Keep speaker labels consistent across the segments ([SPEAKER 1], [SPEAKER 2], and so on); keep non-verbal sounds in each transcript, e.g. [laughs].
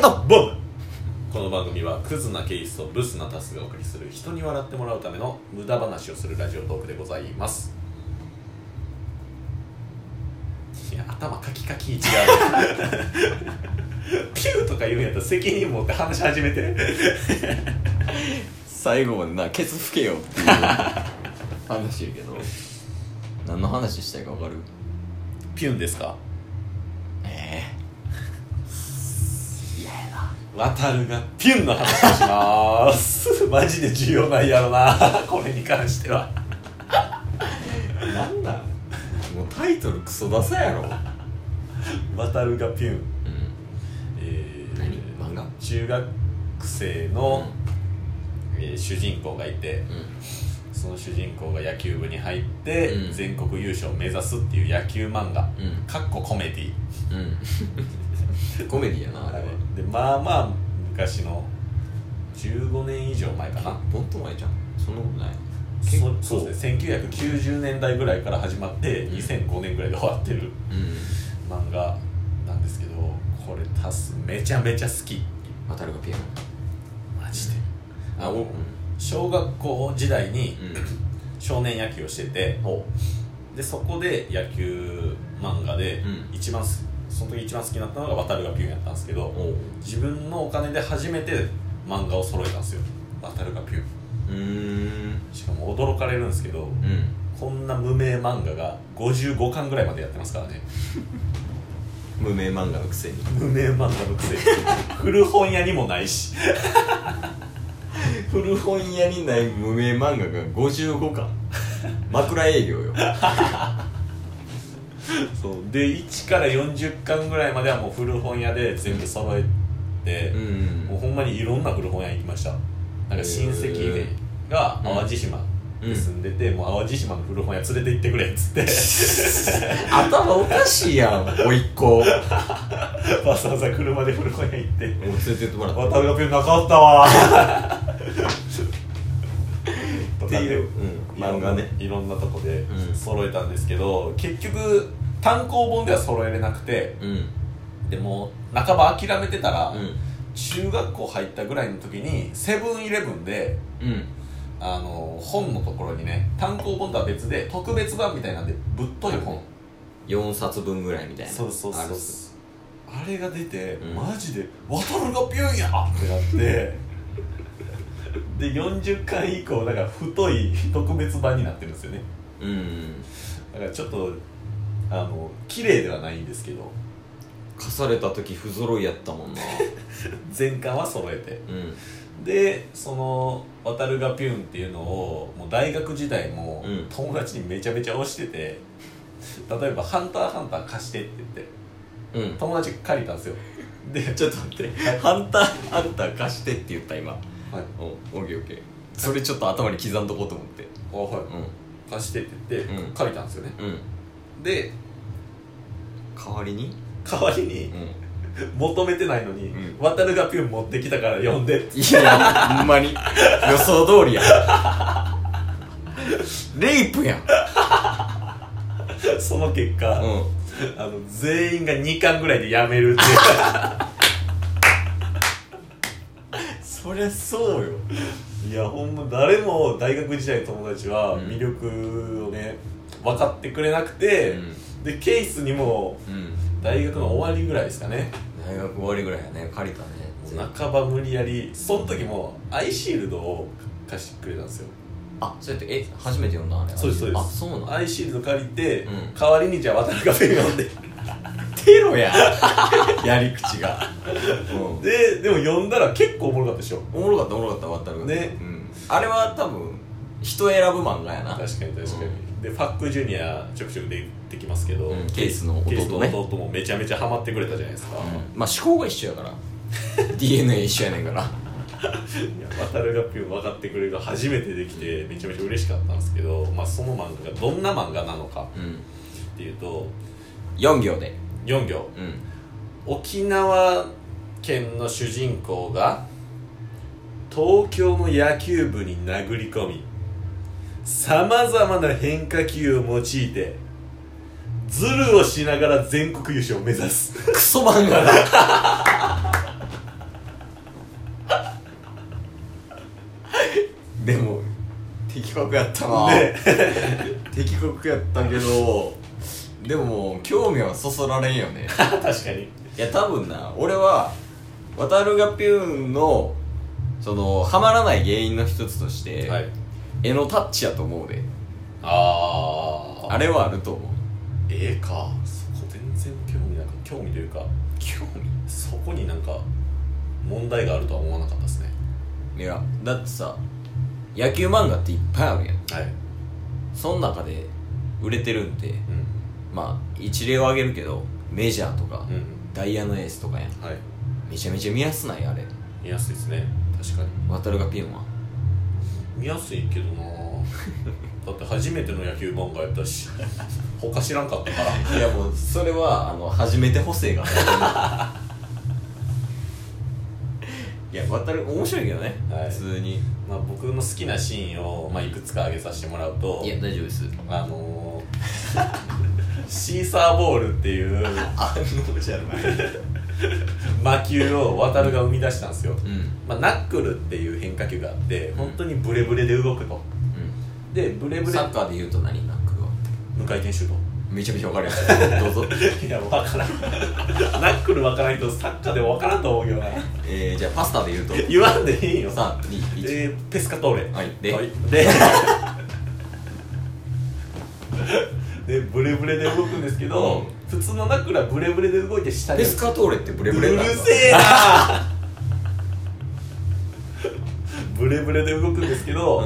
[SPEAKER 1] と
[SPEAKER 2] ボムこの番組はクズなケースとブスなタスがお送りする人に笑ってもらうための無駄話をするラジオトークでございますいや頭カキカキ違う [laughs] ピューとか言うんやったら責任持って話し始めて
[SPEAKER 1] 最後までなケツ吹けよっていう話やけど何の話したいか分かる
[SPEAKER 2] ピュンですか
[SPEAKER 1] ええ嫌やな
[SPEAKER 2] 渡るがピュンの話をしますマジで重要ないやろなこれに関してはなんなん
[SPEAKER 1] もうタイトルクソダサやろう
[SPEAKER 2] 渡るがピュン
[SPEAKER 1] ん
[SPEAKER 2] えー
[SPEAKER 1] 何漫画
[SPEAKER 2] 中学生の、えー主人公がいて
[SPEAKER 1] う
[SPEAKER 2] その主人公が野球部に入って、
[SPEAKER 1] うん
[SPEAKER 2] 全国優勝を目指すっていう野球漫画
[SPEAKER 1] うん
[SPEAKER 2] かっこコメディ
[SPEAKER 1] んうん [laughs] コメディやなあれは
[SPEAKER 2] でまあまあ昔の15年以上前かな
[SPEAKER 1] もっと前じゃんそんなことない結
[SPEAKER 2] そ
[SPEAKER 1] 構
[SPEAKER 2] そうですね1990年代ぐらいから始まって
[SPEAKER 1] うん
[SPEAKER 2] 2005年ぐらいで終わってる
[SPEAKER 1] うん
[SPEAKER 2] 漫画なんですけどこれタスめちゃめちゃ好き
[SPEAKER 1] 渡るがピアノ
[SPEAKER 2] マジで
[SPEAKER 1] あおうん
[SPEAKER 2] 小学校時代に
[SPEAKER 1] う
[SPEAKER 2] 少年野球をしてて
[SPEAKER 1] んお
[SPEAKER 2] でそこで野球漫画で
[SPEAKER 1] うん
[SPEAKER 2] 一番す、その時一番好きになったのが渡るがピュンやったんですけど
[SPEAKER 1] おう
[SPEAKER 2] 自分のお金で初めて漫画を揃えたんですよ渡るがピュン
[SPEAKER 1] うーん
[SPEAKER 2] しかも驚かれるんですけど
[SPEAKER 1] うん
[SPEAKER 2] こんな無名漫画が55巻ぐらいまでやってますからね
[SPEAKER 1] 無名漫画のくせに
[SPEAKER 2] 無名漫画のくせに [laughs] 古本屋にもないし
[SPEAKER 1] 古本屋にない無名漫画が55巻 [laughs] 枕営業よ
[SPEAKER 2] そうで1から40巻ぐらいまではもう古本屋で全部揃えて、
[SPEAKER 1] ん
[SPEAKER 2] もうほんまにいろんな古本屋行きましたなんか親戚
[SPEAKER 1] へ
[SPEAKER 2] が淡路島に住んでて、もう淡路島の古本屋連れて行ってくれっつって
[SPEAKER 1] 頭おかしいやん甥っ子もう
[SPEAKER 2] [laughs] わざわざ車で古本屋行って
[SPEAKER 1] 連れてっても
[SPEAKER 2] 「
[SPEAKER 1] らっ
[SPEAKER 2] 渡るがペンなかった [laughs] わ」
[SPEAKER 1] た
[SPEAKER 2] と
[SPEAKER 1] って
[SPEAKER 2] かで
[SPEAKER 1] いう、うん、漫画ね
[SPEAKER 2] いろんなとこで
[SPEAKER 1] うん
[SPEAKER 2] 揃えたんですけど、結局単行本では揃えれなくて
[SPEAKER 1] うん
[SPEAKER 2] でも半ば諦めてたら、
[SPEAKER 1] うん
[SPEAKER 2] 中学校入ったぐらいの時にセブンイレブンで
[SPEAKER 1] うん
[SPEAKER 2] あの本のところにね単行本とは別で特別版みたいなんでぶっとい本
[SPEAKER 1] 4冊分ぐらいみたいなあるっす
[SPEAKER 2] あれが出て、
[SPEAKER 1] うん
[SPEAKER 2] マジで「渡るがピュンや!」ってなって
[SPEAKER 1] [laughs]
[SPEAKER 2] で40巻以降だから太い特別版になってるんですよね
[SPEAKER 1] うん
[SPEAKER 2] だからちょっとあの綺麗ではないんですけど
[SPEAKER 1] 貸された時不揃いやったもんな
[SPEAKER 2] 全巻は揃えて
[SPEAKER 1] うん
[SPEAKER 2] でその「渡るがピュン」っていうのをもう大学時代も
[SPEAKER 1] うん
[SPEAKER 2] 友達にめちゃめちゃ推してて、例えば「ハンターハンター貸して」って言って
[SPEAKER 1] うん
[SPEAKER 2] 友達が借りたんですよで、
[SPEAKER 1] [laughs] ちょっと待って「ハンターハンター貸して」って言った今
[SPEAKER 2] はい、
[SPEAKER 1] うんオッケーオッケーそれちょっと頭に刻んどこうと思って
[SPEAKER 2] あは
[SPEAKER 1] う
[SPEAKER 2] い貸してって言って、
[SPEAKER 1] うん
[SPEAKER 2] 借りたんですよね
[SPEAKER 1] んうん
[SPEAKER 2] で
[SPEAKER 1] 代わりに
[SPEAKER 2] 代わりに
[SPEAKER 1] うん
[SPEAKER 2] 求めてないのに、
[SPEAKER 1] うん
[SPEAKER 2] 渡るがピュン持ってきたから呼ん
[SPEAKER 1] [laughs]
[SPEAKER 2] で
[SPEAKER 1] いや、ほんまに。予想通りや。レイプやん。
[SPEAKER 2] その結果、
[SPEAKER 1] う
[SPEAKER 2] あの全員が2巻ぐらいでやめるっ
[SPEAKER 1] ん。そりゃそうよ。
[SPEAKER 2] ていやほんま誰も大学時代の友達は
[SPEAKER 1] うん
[SPEAKER 2] 魅力をね分かってくれなくて、
[SPEAKER 1] うん
[SPEAKER 2] でケースにも
[SPEAKER 1] うん。
[SPEAKER 2] 大学の終わりぐらいですかね
[SPEAKER 1] 大学終わりぐらいやね、借りたね。
[SPEAKER 2] 半ば無理やりその時もアイシールドを貸してくれたんですよ
[SPEAKER 1] あ、そうやって、え、初めて読んだあれ。
[SPEAKER 2] そうですそうです
[SPEAKER 1] あ、そうなの
[SPEAKER 2] アイシールド借りて、
[SPEAKER 1] うん
[SPEAKER 2] 代わりにじゃあ渡るカフェに呼んで
[SPEAKER 1] テロや。
[SPEAKER 2] [laughs]
[SPEAKER 1] やり口が。 [laughs] うん。
[SPEAKER 2] ででも呼んだら結構おもろかったでしょ
[SPEAKER 1] おもろかった、おもろかった、渡るが。
[SPEAKER 2] ね
[SPEAKER 1] うん。あれは多分、人選ぶ漫画やな。
[SPEAKER 2] 確かに確かに、
[SPEAKER 1] う
[SPEAKER 2] でファックジュニアちょくちょく出てきますけど、
[SPEAKER 1] うんケースの弟
[SPEAKER 2] ケ
[SPEAKER 1] ね
[SPEAKER 2] ースの弟もめちゃめちゃハマってくれたじゃないですか、
[SPEAKER 1] うんまあ、思考が一緒や
[SPEAKER 2] [laughs]
[SPEAKER 1] から。DNA 一緒やねんから。
[SPEAKER 2] いや渡るがピュン分かってくれるが初めてできてめちゃめちゃ嬉しかったんですけど、まあ、その漫画がどんな漫画なのか
[SPEAKER 1] うん。
[SPEAKER 2] っていうと
[SPEAKER 1] 4行で。
[SPEAKER 2] 4行
[SPEAKER 1] うん。
[SPEAKER 2] 沖縄県の主人公が東京の野球部に殴り込みさまざまな変化球を用いてズルをしながら全国優勝を目指す
[SPEAKER 1] クソ漫画だ国やったな、
[SPEAKER 2] ね
[SPEAKER 1] 敵国やったけどでももう興味はそそられんよ
[SPEAKER 2] [laughs]
[SPEAKER 1] ね
[SPEAKER 2] 確かに
[SPEAKER 1] [laughs] いや多分な俺は渡るがピューンのそのハマらない原因の一つとして、
[SPEAKER 2] はい
[SPEAKER 1] 絵のタッチやと思うで
[SPEAKER 2] あ
[SPEAKER 1] あれはあると思う
[SPEAKER 2] ええかそこ全然興味なんか興味というか
[SPEAKER 1] 興
[SPEAKER 2] そこになんか問題があるとは思わなかったですね
[SPEAKER 1] 味いやだってさ野球漫画っていっぱいあるやん
[SPEAKER 2] はい
[SPEAKER 1] その中で売れてるんで
[SPEAKER 2] う
[SPEAKER 1] まあ一例を挙げるけどメジャーとか、
[SPEAKER 2] ん
[SPEAKER 1] ダイヤのエースとかやん
[SPEAKER 2] うんはい
[SPEAKER 1] めちゃめちゃ見やすないあれ
[SPEAKER 2] 見やすいですね確かに
[SPEAKER 1] 渡るがピューンは
[SPEAKER 2] 見やすいけどな
[SPEAKER 1] [laughs]
[SPEAKER 2] だって初めての野球漫画やったし他知らんかったから
[SPEAKER 1] [laughs] いやもうそれはあの初めて補正が [laughs] いや渡る面白いけどね、
[SPEAKER 2] はい
[SPEAKER 1] 普通に
[SPEAKER 2] まあ、僕の好きなシーンを、まあ、いくつか挙げさせてもらうと
[SPEAKER 1] いや大丈夫です
[SPEAKER 2] あのー、 [laughs] シーサーボールっていう
[SPEAKER 1] あのじゃない
[SPEAKER 2] 魔球を渡るが生み出したんですよ、
[SPEAKER 1] うんうん
[SPEAKER 2] まあ、ナックルっていう変化球があって本当にブレブレで動くとでブレブレ
[SPEAKER 1] サッカーで言うと何ナックルは
[SPEAKER 2] 無回転シュート
[SPEAKER 1] めちゃめちゃ分かるやつどうぞ
[SPEAKER 2] [laughs] いや分 [laughs] からんナックル分からんけどサッカーでも分からんと思うけどな
[SPEAKER 1] えー、じゃあパスタで言うと
[SPEAKER 2] 言わんでいいよ
[SPEAKER 1] 321
[SPEAKER 2] えー、ペスカトーレ
[SPEAKER 1] はいで
[SPEAKER 2] [laughs] ででブレブレで動くんですけど、普通のナックルはブレブレで動いて下に
[SPEAKER 1] ペスカトーレってブレ
[SPEAKER 2] う
[SPEAKER 1] ブレ
[SPEAKER 2] る
[SPEAKER 1] なんだ
[SPEAKER 2] せえな [laughs] ブレブレで動くんですけど、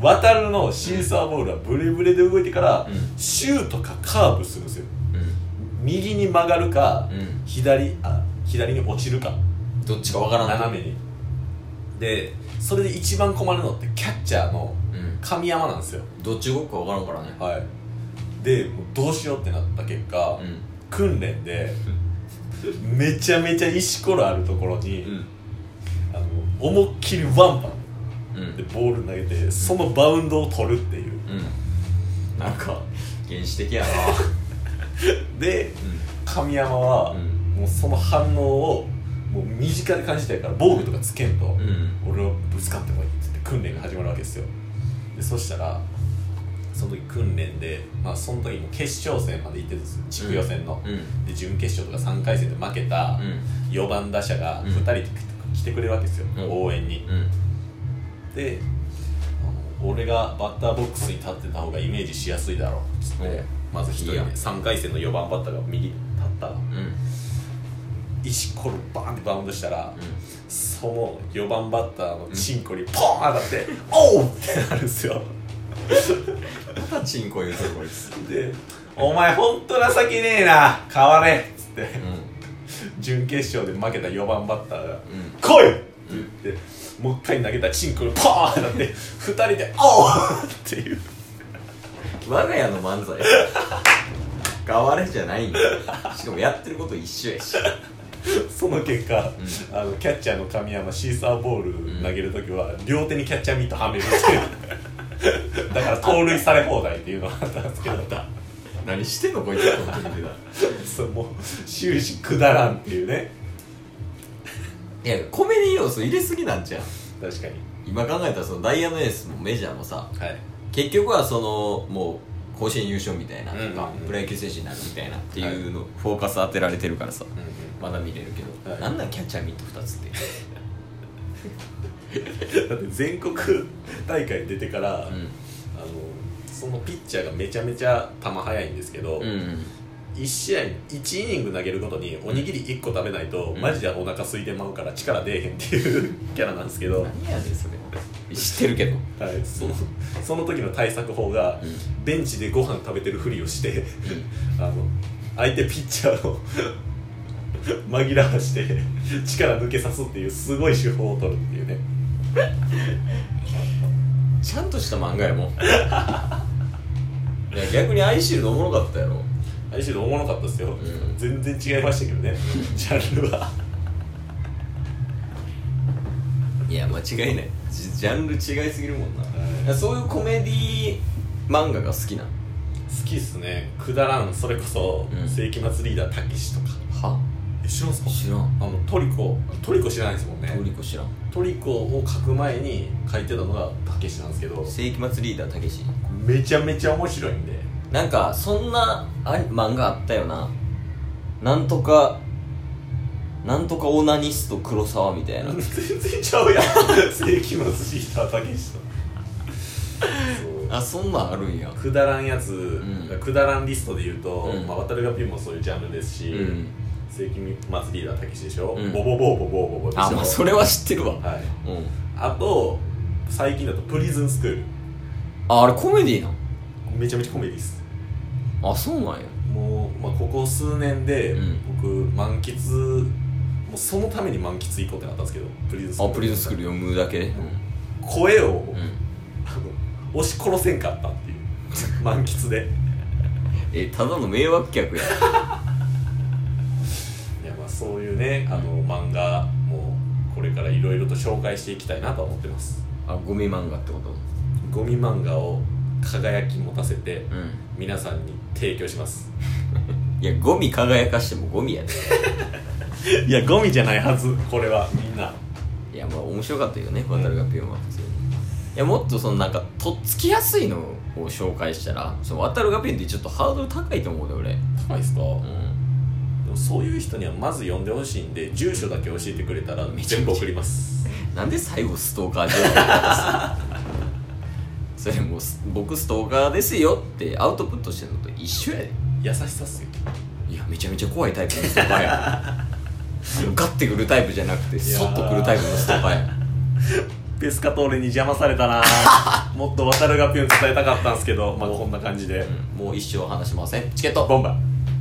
[SPEAKER 1] う
[SPEAKER 2] 渡るのシーサーボールはブレブレで動いてから、
[SPEAKER 1] うん
[SPEAKER 2] シュートかカーブするんですよ
[SPEAKER 1] う
[SPEAKER 2] 右に曲がるか、
[SPEAKER 1] うん
[SPEAKER 2] 左あ左に落ちるか
[SPEAKER 1] んどっちか分からない
[SPEAKER 2] 斜めにでそれで一番困るのってキャッチャーの
[SPEAKER 1] うん
[SPEAKER 2] 神山なんですよ
[SPEAKER 1] どっち動くか分からんからね
[SPEAKER 2] はいでもうどうしようってなった結果、
[SPEAKER 1] うん
[SPEAKER 2] 訓練でめちゃめちゃ石ころあるところに、あの思いっきりワンパ
[SPEAKER 1] うんう
[SPEAKER 2] ンで
[SPEAKER 1] ん
[SPEAKER 2] ボール投げてそのバウンドを取るっていう
[SPEAKER 1] うんなんか原始的やな
[SPEAKER 2] で
[SPEAKER 1] うん
[SPEAKER 2] 神山は、
[SPEAKER 1] うん
[SPEAKER 2] もうその反応をもう身近で感じたいから防具とかつけんと、
[SPEAKER 1] うん
[SPEAKER 2] 俺はぶつかってこいって言って訓練が始まるわけですよでそしたらその時訓練で、まあ、その時も決勝戦まで行ってたんですよ地区予選の、
[SPEAKER 1] うん
[SPEAKER 2] で準決勝とか3回戦で負けた
[SPEAKER 1] う
[SPEAKER 2] 4番打者が
[SPEAKER 1] うん
[SPEAKER 2] 2人来てくれるわけですよ、
[SPEAKER 1] うん
[SPEAKER 2] 応援に
[SPEAKER 1] んうん
[SPEAKER 2] であの俺がバッターボックスに立ってた方がイメージしやすいだろうっつって、
[SPEAKER 1] うん
[SPEAKER 2] まず1人
[SPEAKER 1] いい
[SPEAKER 2] 目
[SPEAKER 1] やん
[SPEAKER 2] 3回戦の4番バッターが右に立った
[SPEAKER 1] うん
[SPEAKER 2] 石ころバーンってバウンドしたら、その4番バッターのチンコにポーン当たって「おう!」ってなるんですよ
[SPEAKER 1] またチンコ言うぞこいつ
[SPEAKER 2] で「お前ほんと情けねえな変われ!」っつって
[SPEAKER 1] うんうん
[SPEAKER 2] 準決勝で負けた4番バッターが「来い!」って言って、もう一回投げたチンコにポーン当たって2人で「おう!」っていう
[SPEAKER 1] 我が家の漫才変われじゃないんだしかもやってること一緒やし
[SPEAKER 2] その結果、あのキャッチャーの神山シーサーボール投げるときは、両手にキャッチャーミットはめるっていう
[SPEAKER 1] [laughs]
[SPEAKER 2] だから盗塁され放題っていうのがあったんですけど
[SPEAKER 1] 何してんのこいつは本当に
[SPEAKER 2] そうもう終始くだらんっていうね
[SPEAKER 1] いやコメディ要素入れすぎなんじゃん
[SPEAKER 2] 確かに
[SPEAKER 1] 今考えたらそのダイヤのエースもメジャーもさ
[SPEAKER 2] はい
[SPEAKER 1] 結局はそのもう甲子園優勝みたいな、
[SPEAKER 2] うんうんうん
[SPEAKER 1] まあプロ野球選手になるみたいなっていうの、フォーカス当てられてるからさまだ見れるけど、
[SPEAKER 2] はい
[SPEAKER 1] なんなんキャッチャーミット2つって
[SPEAKER 2] だって全国大会出てから、あのそのピッチャーがめちゃめちゃ球速いんですけど、
[SPEAKER 1] うんうん
[SPEAKER 2] 1試合に1イニング投げることにおにぎり1個食べないと、
[SPEAKER 1] うん
[SPEAKER 2] マジでお腹空いてまうから力出えへんっていうキャラなんですけど、は
[SPEAKER 1] 何やねんそれ知ってるけど
[SPEAKER 2] い、そのその時の対策法が、
[SPEAKER 1] う
[SPEAKER 2] ベンチでご飯食べてるふりをして [laughs] あの相手ピッチャーを [laughs] 紛らわして力抜けさすっていうすごい手法を取るっていうね
[SPEAKER 1] ちゃんとした漫画や [laughs] もんいや逆にアイシールドおもろかったやろ
[SPEAKER 2] あれしろおもろかったですよ、
[SPEAKER 1] ん
[SPEAKER 2] 全然違いましたけどねジャンル
[SPEAKER 1] [laughs]
[SPEAKER 2] はい
[SPEAKER 1] や間違いないジジャンル違いすぎるもんな、そういうコメディ漫画が好きなん
[SPEAKER 2] 好きっすねくだらんそれこそ、
[SPEAKER 1] うん
[SPEAKER 2] 世紀末リーダーたけしとか
[SPEAKER 1] は
[SPEAKER 2] え知らんすか
[SPEAKER 1] 知らん
[SPEAKER 2] あのトリコトリコ知らないですもんね
[SPEAKER 1] トリコ知らん
[SPEAKER 2] トリコを書く前に書いてたのがたけしなんですけど
[SPEAKER 1] 世紀末リーダーたけし
[SPEAKER 2] めちゃめちゃ面白いんで
[SPEAKER 1] なんかそんなあ漫画あったよななんとかなんとかオナニスト黒沢みたいな
[SPEAKER 2] 全然ちゃうやん世紀末リーダーたけしとそう
[SPEAKER 1] あそんなんあるんや
[SPEAKER 2] くだらんやつ、
[SPEAKER 1] ん
[SPEAKER 2] くだらんリストで言うと、
[SPEAKER 1] うん
[SPEAKER 2] まあ、渡るがピンもそういうジャンルです
[SPEAKER 1] う
[SPEAKER 2] し、
[SPEAKER 1] ん
[SPEAKER 2] 世紀末リーダーたけしでしょ、
[SPEAKER 1] うん
[SPEAKER 2] ボボボボボボボでしょ
[SPEAKER 1] あまあそれは知ってるわ
[SPEAKER 2] はい、
[SPEAKER 1] うん
[SPEAKER 2] あと最近だとプリズンスクール
[SPEAKER 1] ああれコメディな
[SPEAKER 2] めちゃめちゃコメディです
[SPEAKER 1] のあそうなんや
[SPEAKER 2] もう、まあ、ここ数年で、
[SPEAKER 1] うん
[SPEAKER 2] 僕満喫もうそのために満喫行こうってなったんですけどプリズンスクー
[SPEAKER 1] あ
[SPEAKER 2] ル
[SPEAKER 1] プリズンスクール読むだけで
[SPEAKER 2] 声を、
[SPEAKER 1] うん、うん、
[SPEAKER 2] あの押し殺せんかったっていう満喫で
[SPEAKER 1] えただの迷惑客や
[SPEAKER 2] いやまあそういうねあの漫画もこれからいろいろと紹介していきたいなと思ってます
[SPEAKER 1] あゴミ漫画ってこと
[SPEAKER 2] ゴミ漫画を輝き持たせて
[SPEAKER 1] うん
[SPEAKER 2] 皆さんに提供します
[SPEAKER 1] いやゴミ輝かしてもゴミやで
[SPEAKER 2] [laughs] いやゴミじゃないはずこれはみんない
[SPEAKER 1] やまあ面白かったよね渡るがピューマ普通にいやもっとそのなんかとっつきやすいのを紹介したらその渡るがピューってちょっとハードル高いと思うで俺
[SPEAKER 2] 高いですか、
[SPEAKER 1] うん
[SPEAKER 2] でもそういう人にはまず呼んでほしいんで住所だけ教えてくれたら全部送ります
[SPEAKER 1] なんで最後ストーカーじゃん [laughs] それもうす僕ストーカーですよってアウトプットしてるのと一緒やで
[SPEAKER 2] 優しさっすよ
[SPEAKER 1] いやめちゃめちゃ怖いタイプのストーカーやあのガッてくるタイプじゃなくてそっとくるタイプのストーカーや
[SPEAKER 2] ペスカトーレに邪魔されたな [laughs] もっと渡るがピュン伝えたかったんですけどまあこんな感じで
[SPEAKER 1] もう一生話しませんチケット
[SPEAKER 2] ボンバー